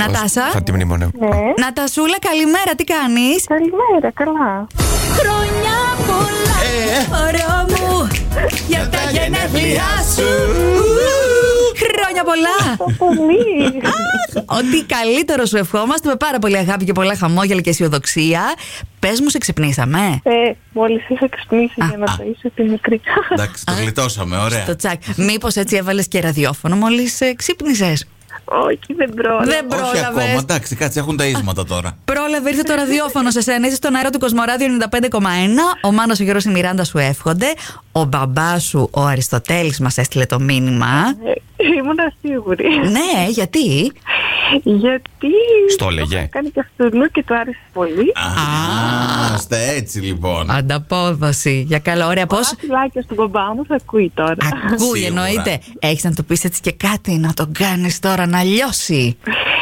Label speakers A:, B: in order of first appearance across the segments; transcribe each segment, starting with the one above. A: Νατάσα.
B: Θα τη μνημονεύω.
C: Ναι.
A: Νατασούλα, καλημέρα, τι κάνεις.
C: Καλημέρα, καλά.
A: Χρόνια πολλά, μωρό μου, Ε, για τα γενέθλιά σου. Χρόνια πολλά.
C: Πολύ.
A: Ό,τι καλύτερο σου ευχόμαστε με πάρα πολύ αγάπη και πολλά χαμόγελα και αισιοδοξία. Πες μου, σε ξυπνήσαμε.
C: ε, μόλις είχα ξυπνήσει για να ταΐσω τη μικρή.
D: Εντάξει, το γλιτώσαμε, ωραία.
A: Το τσακ. Μήπως έτσι έβαλες και ραδιόφωνο ε, μόλι ξύπνησες.
C: Όχι, δεν πρόλαβα.
A: Δεν
D: Όχι ακόμα,
A: πρόλαβε.
D: εντάξει, κάτσε, έχουν τα ίσματα τώρα.
A: Πρόλαβε, ήρθε το ραδιόφωνο σε σένα. Είσαι στον αέρα του Κοσμοράδιο 95,1. Ο Μάνος, ο Γιώργος, η Μιράντα σου εύχονται. Ο μπαμπά σου, ο Αριστοτέλης, μας έστειλε το μήνυμα.
C: Ε, Ήμουνα σίγουρη.
A: ναι, γιατί.
C: Γιατί.
B: Στο έλεγε.
C: το είχα Κάνει και αυτού και του άρεσε πολύ.
D: Α, Είστε έτσι λοιπόν.
A: Ανταπόδοση. Για καλά, ωραία. Πώς.
C: Τα φυλάκια στον κομπά μου θα ακούει τώρα.
A: Ακούει,
D: Σίγουρα.
A: εννοείται. Έχεις να του πεις έτσι και κάτι, να τον κάνεις τώρα να λιώσει.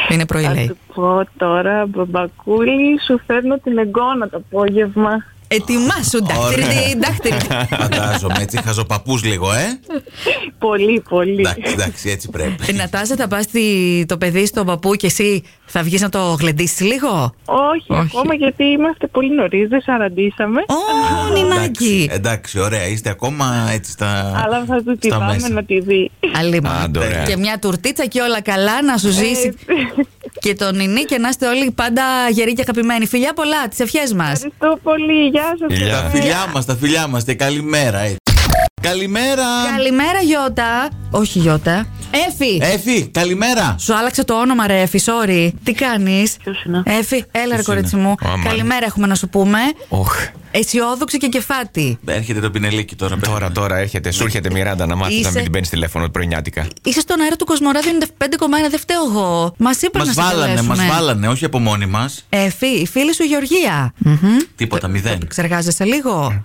A: Είναι πρωί,
C: Θα
A: λέει.
C: του πω τώρα, μπαμπακούλη, σου φέρνω την εγκόνα το απόγευμα.
A: Ετοιμάσου,
D: Ωραία.
A: ντάχτυρι, ντάχτυρι.
D: Φαντάζομαι έτσι, χαζοπαππού λίγο, ε.
C: Πολύ, πολύ.
D: Εντάξει, εντάξει, έτσι
A: Ε,
D: πρέπει.
A: Νατάσα, θα πας το παιδί στον παππού και εσύ θα βγεις να το γλεντήσεις λίγο.
C: Όχι,
A: Όχι.
C: ακόμα γιατί είμαστε πολύ νωρίς, δεν σαραντήσαμε.
A: Ω,
D: Εντάξει,
A: Νινάκη.
D: Εντάξει, ωραία, είστε ακόμα έτσι στα.
C: Αλλά θα του
D: στα
C: τυπάμε
D: μέσα.
C: να τη δει.
A: Αλίμονο.
B: Άντε, ωραία.
A: Και μια τουρτίτσα και όλα καλά να σου ζήσει. και τον Νινί και να είστε όλοι πάντα γεροί και αγαπημένοι. Φιλιά πολλά, τις ευχές μας.
C: Ευχαριστώ πολύ. Γεια σας.
B: Γεια.
D: Τα φιλιά μας, τα φιλιά μας και καλημέρα, έτσι. Καλημέρα!
A: Καλημέρα, Γιώτα. Όχι, Γιώτα. Έφη.
D: Έφη, καλημέρα!
A: Σου άλλαξε το όνομα, ρε Έφη, sorry. Τι κάνεις.
C: Ποιος είναι?
A: Έφη, έλα, ρε
D: Ποιος
A: κορίτσι
D: είναι?
A: μου.
B: Ο, αμάν.
A: Καλημέρα, έχουμε να σου πούμε.
B: Οχ.
A: Αισιόδοξη και κεφάτη.
D: Έρχεται το πινελίκι τώρα.
B: Τώρα,
D: περίμενε.
B: τώρα έρχεται, σου έρχεται η Μιράντα να μάθεις να
A: Είσαι-
B: μην την παίρνεις τηλέφωνο πρωινιάτικα.
A: Είσαι στον αέρα του Κοσμοράδιο 95,1, δεν φταίω εγώ. Μας είπαν
D: Μας
A: να σε
D: βάλανε, μας
A: καλέσουμε.
D: βάλανε, όχι από μόνοι μας.
A: Εφη, η φίλη σου Γεωργία.
D: Τίποτα, μηδέν.
A: Ξεργάζεσαι λίγο.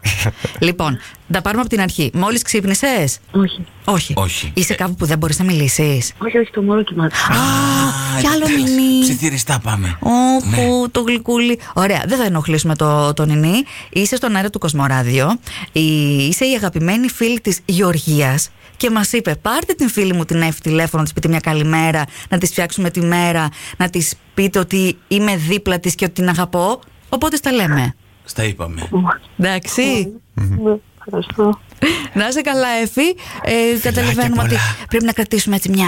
A: λοιπόν, τα πάρουμε από την αρχή. Μόλις ξύπνησες.
E: Όχι.
A: Όχι.
D: Όχι.
A: Είσαι κάπου που δεν μπορείς να μιλήσεις.
E: Όχι, όχι, το μωρό κοιμάται.
A: Α, κι άλλο
D: εντάξει. Ναι.
A: νινί.
D: Ψιθυριστά πάμε.
A: Όχου, το γλυκούλι. Ωραία, δεν θα ενοχλήσουμε το, το νινί. Είσαι στον αέρα του Κοσμοράδιο. Η- Είσαι η αγαπημένη φίλη της Γεωργίας. Και μας είπε, πάρτε την φίλη μου την Εύη τηλέφωνο, να της πείτε μια καλημέρα, να της φτιάξουμε τη μέρα, να της πείτε ότι είμαι δίπλα της και ότι την αγαπώ. Οπότε στα λέμε.
D: Στα είπαμε.
A: Εντάξει.
C: Ναι, Ευχαριστώ.
A: Να είσαι καλά, Εφη. Ε, καταλαβαίνουμε ότι
D: πολλά.
A: πρέπει να κρατήσουμε έτσι μια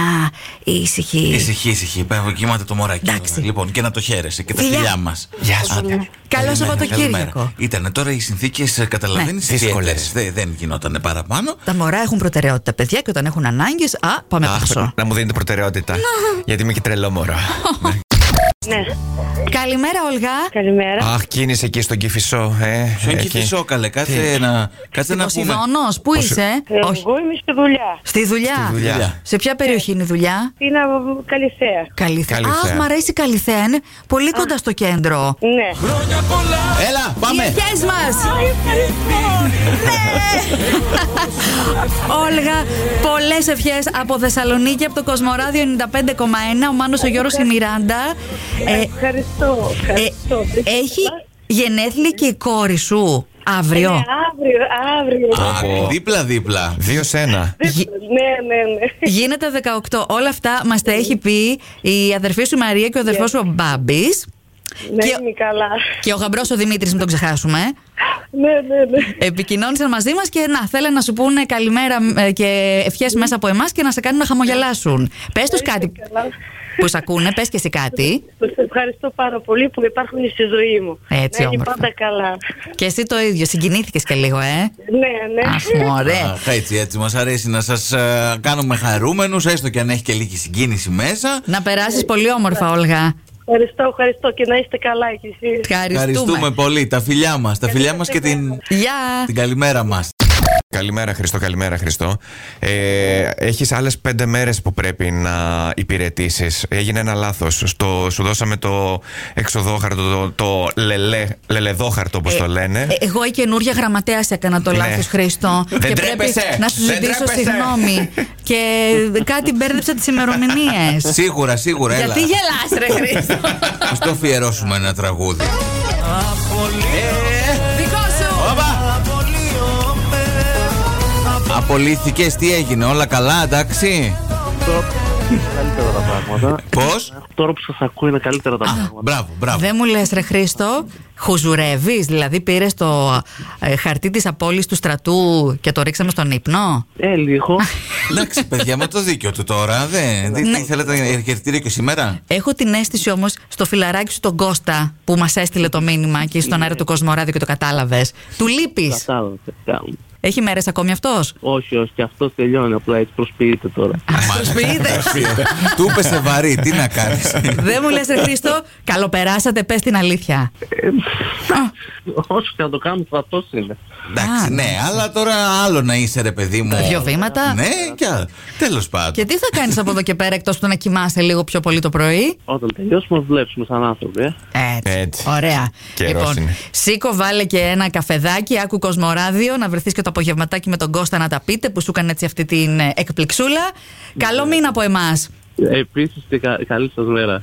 A: ήσυχη.
D: Ησυχή, ησυχή. Πάμε, κοιμάται το μωράκι.
A: Εντάξει.
D: τώρα. Λοιπόν, και να το χαίρεσαι και τα
A: Φιλιά.
D: φιλιά μας.
B: Γεια σου.
A: Καλό Σαββατοκύριακο.
D: Ήταν τώρα οι ε, συνθήκε, καταλαβαίνεις,
B: Ναι.
D: δύσκολε.
B: Δύσκολες.
D: Δεν, δεν γινόταν παραπάνω.
A: Τα μωρά έχουν προτεραιότητα, παιδιά, και όταν έχουν ανάγκες, α, πάμε
B: Αχ,
A: πίσω.
B: να μου δίνετε προτεραιότητα. Γιατί είμαι και τρελό μωρό.
E: Ναι,
A: Καλημέρα, Όλγα.
E: καλημέρα.
B: Αχ, κίνησε εκεί στον κυφισό, ε.
D: Ποιο είναι
B: εκεί.
D: κυφισό, καλέ, κάτσε να, κάτσε να πούμε.
A: Ποσειδώνος, πού είσαι,
E: Ε,
A: Όχι.
E: Εγώ είμαι στη δουλειά.
A: Στη δουλειά.
B: δουλειά.
D: Φιλιά.
A: Σε ποια περιοχή είναι η δουλειά,
E: Είναι από Καλυθέα.
A: Καλυθέα.
B: Καλυθέα.
A: Αχ, μ' αρέσει η Καλυθέα, είναι πολύ κοντά στο κέντρο.
E: Ναι.
D: Έλα, πάμε!
A: Ευχές μας! Ναι! Όλγα, πολλές ευχές από Θεσσαλονίκη, από το Κοσμοράδιο 95,1. Ο Μάνος ο Γιώργος, η Μιράντα. Ε,
E: Ευχαριστώ.
A: ε,
E: ευχαριστώ.
A: έχει Ε, γενέθλια και η κόρη σου αύριο.
E: Ναι, αύριο, αύριο.
D: Α,
B: Πω.
D: Δίπλα-δίπλα.
B: Δύο σε ένα.
A: Γι-
E: Ναι, ναι, ναι.
A: Γίνεται 18. Όλα αυτά μας τα έχει πει η αδερφή σου Μαρία και ο αδερφός σου ο Μπάμπης.
E: Να
A: Και-
E: Ναι, είναι καλά.
A: Και ο γαμπρός ο Δημήτρης, μην τον ξεχάσουμε.
E: Ναι, ναι, ναι.
A: Επικοινώνησαν μαζί μας και να θέλανε να σου πούνε καλημέρα ε, και ευχές μέσα από εμάς και να σε κάνουν να χαμογελάσουν. Πες τους κάτι
E: Καλά.
A: που σε ακούνε, πες και εσύ κάτι.
E: Σας ευχαριστώ πάρα πολύ που υπάρχουν στη ζωή μου.
A: Έτσι,
E: να είναι
A: όμορφα.
E: πάντα καλά.
A: Και εσύ το ίδιο, συγκινήθηκες και λίγο, ε.
E: Ναι, ναι.
A: Αχ, μωρέ.
D: Αχ, έτσι, έτσι. Μας αρέσει να σας κάνουμε χαρούμενους, έστω και αν έχει και λίγη συγκίνηση μέσα.
A: Να περάσεις πολύ όμορφα, Όλγα.
E: Ευχαριστώ, ευχαριστώ και να είστε καλά κι εσείς.
D: Ευχαριστούμε
A: Ευχαριστούμε.
D: πολύ. Τα φιλιά μας. Τα φιλιά μας και την,
A: Γεια.
D: την καλημέρα μας.
B: Καλημέρα, Χριστό, καλημέρα, Χριστό. Ε, Έχεις άλλες πέντε μέρες που πρέπει να υπηρετήσεις. Έγινε ένα λάθος. Σου δώσαμε το εξοδόχαρτο, το, το λελέ, λελεδόχαρτο, όπως το λένε.
A: Ε, Εγώ η καινούργια γραμματέας έκανα το
B: Ναι.
A: λάθος, Χρήστο.
B: Δεν
A: και πρέπει
B: τρέπεσαι.
A: να σου
B: Δεν
A: ζητήσω
B: τρέπεσαι.
A: συγγνώμη. και κάτι μπέρδεψα τις ημερομηνίες.
D: Σίγουρα, σίγουρα, έλα.
A: Γιατί γελάς ρε Χρήστο.
D: Ας το αφιερώσουμε ένα τραγούδι.
A: Δικό σου.
D: Όπα! Απολύθηκες, τι έγινε, όλα καλά, εντάξει.
F: πράγματα.
D: Πώς?
F: Τώρα που σας ακούω είναι καλύτερα τα πράγματα.
D: Μπράβο, μπράβο.
A: Δεν μου λες, Ρε Χρήστο, χουζουρεύεις. Δηλαδή, πήρες το ε, χαρτί της απόλυση του στρατού και το ρίξαμε στον ύπνο.
F: Ε, λίγο.
D: Εντάξει, παιδιά, με το δίκιο του τώρα. Δεν. Τι
A: Ναι.
D: τι θέλετε, ερχερτήριο και σήμερα.
A: Έχω την αίσθηση όμως στο φιλαράκι σου τον Κώστα που μας έστειλε το μήνυμα και στον αέρα του Κοσμοράδιο και το κατάλαβες. Του λείπεις.
F: Κατάλαβα τι κάνουμε.
A: Έχει μέρες ακόμη αυτός.
F: Όχι, όχι, και αυτός τελειώνει. Απλά έτσι προσποιείται τώρα.
A: Προσποιείται.
D: Του είπε σε βαρύ, τι να κάνεις.
A: Δεν μου λες, Ρε Χρήστο, καλοπεράσατε, πες την αλήθεια.
F: Όσο και να το κάνουμε, στρατός είναι.
D: Εντάξει, ναι, αλλά τώρα άλλο να είσαι, ρε παιδί μου.
A: Τα δυο βήματα.
D: Ναι, και άλλο. Τέλο
A: Και
D: πάντων.
A: τι θα κάνεις από εδώ και πέρα εκτός του να κοιμάσαι λίγο πιο πολύ το πρωί.
F: Όταν τελειώσουμε, δουλέψουμε σαν άνθρωποι. Ε.
A: Έτσι.
B: Έτσι.
A: Ωραία.
B: Καιρός είναι.
A: σήκω, βάλε και ένα καφεδάκι, άκου Κοσμοράδιο, να βρεθείς και το απογευματάκι με τον Κώστα να τα πείτε που σου έκανε έτσι
B: Ναι.
A: αυτή την ε, εκπληξούλα. Καλό μήνα από εμάς.
F: Επίσης, καλή σας μέρα.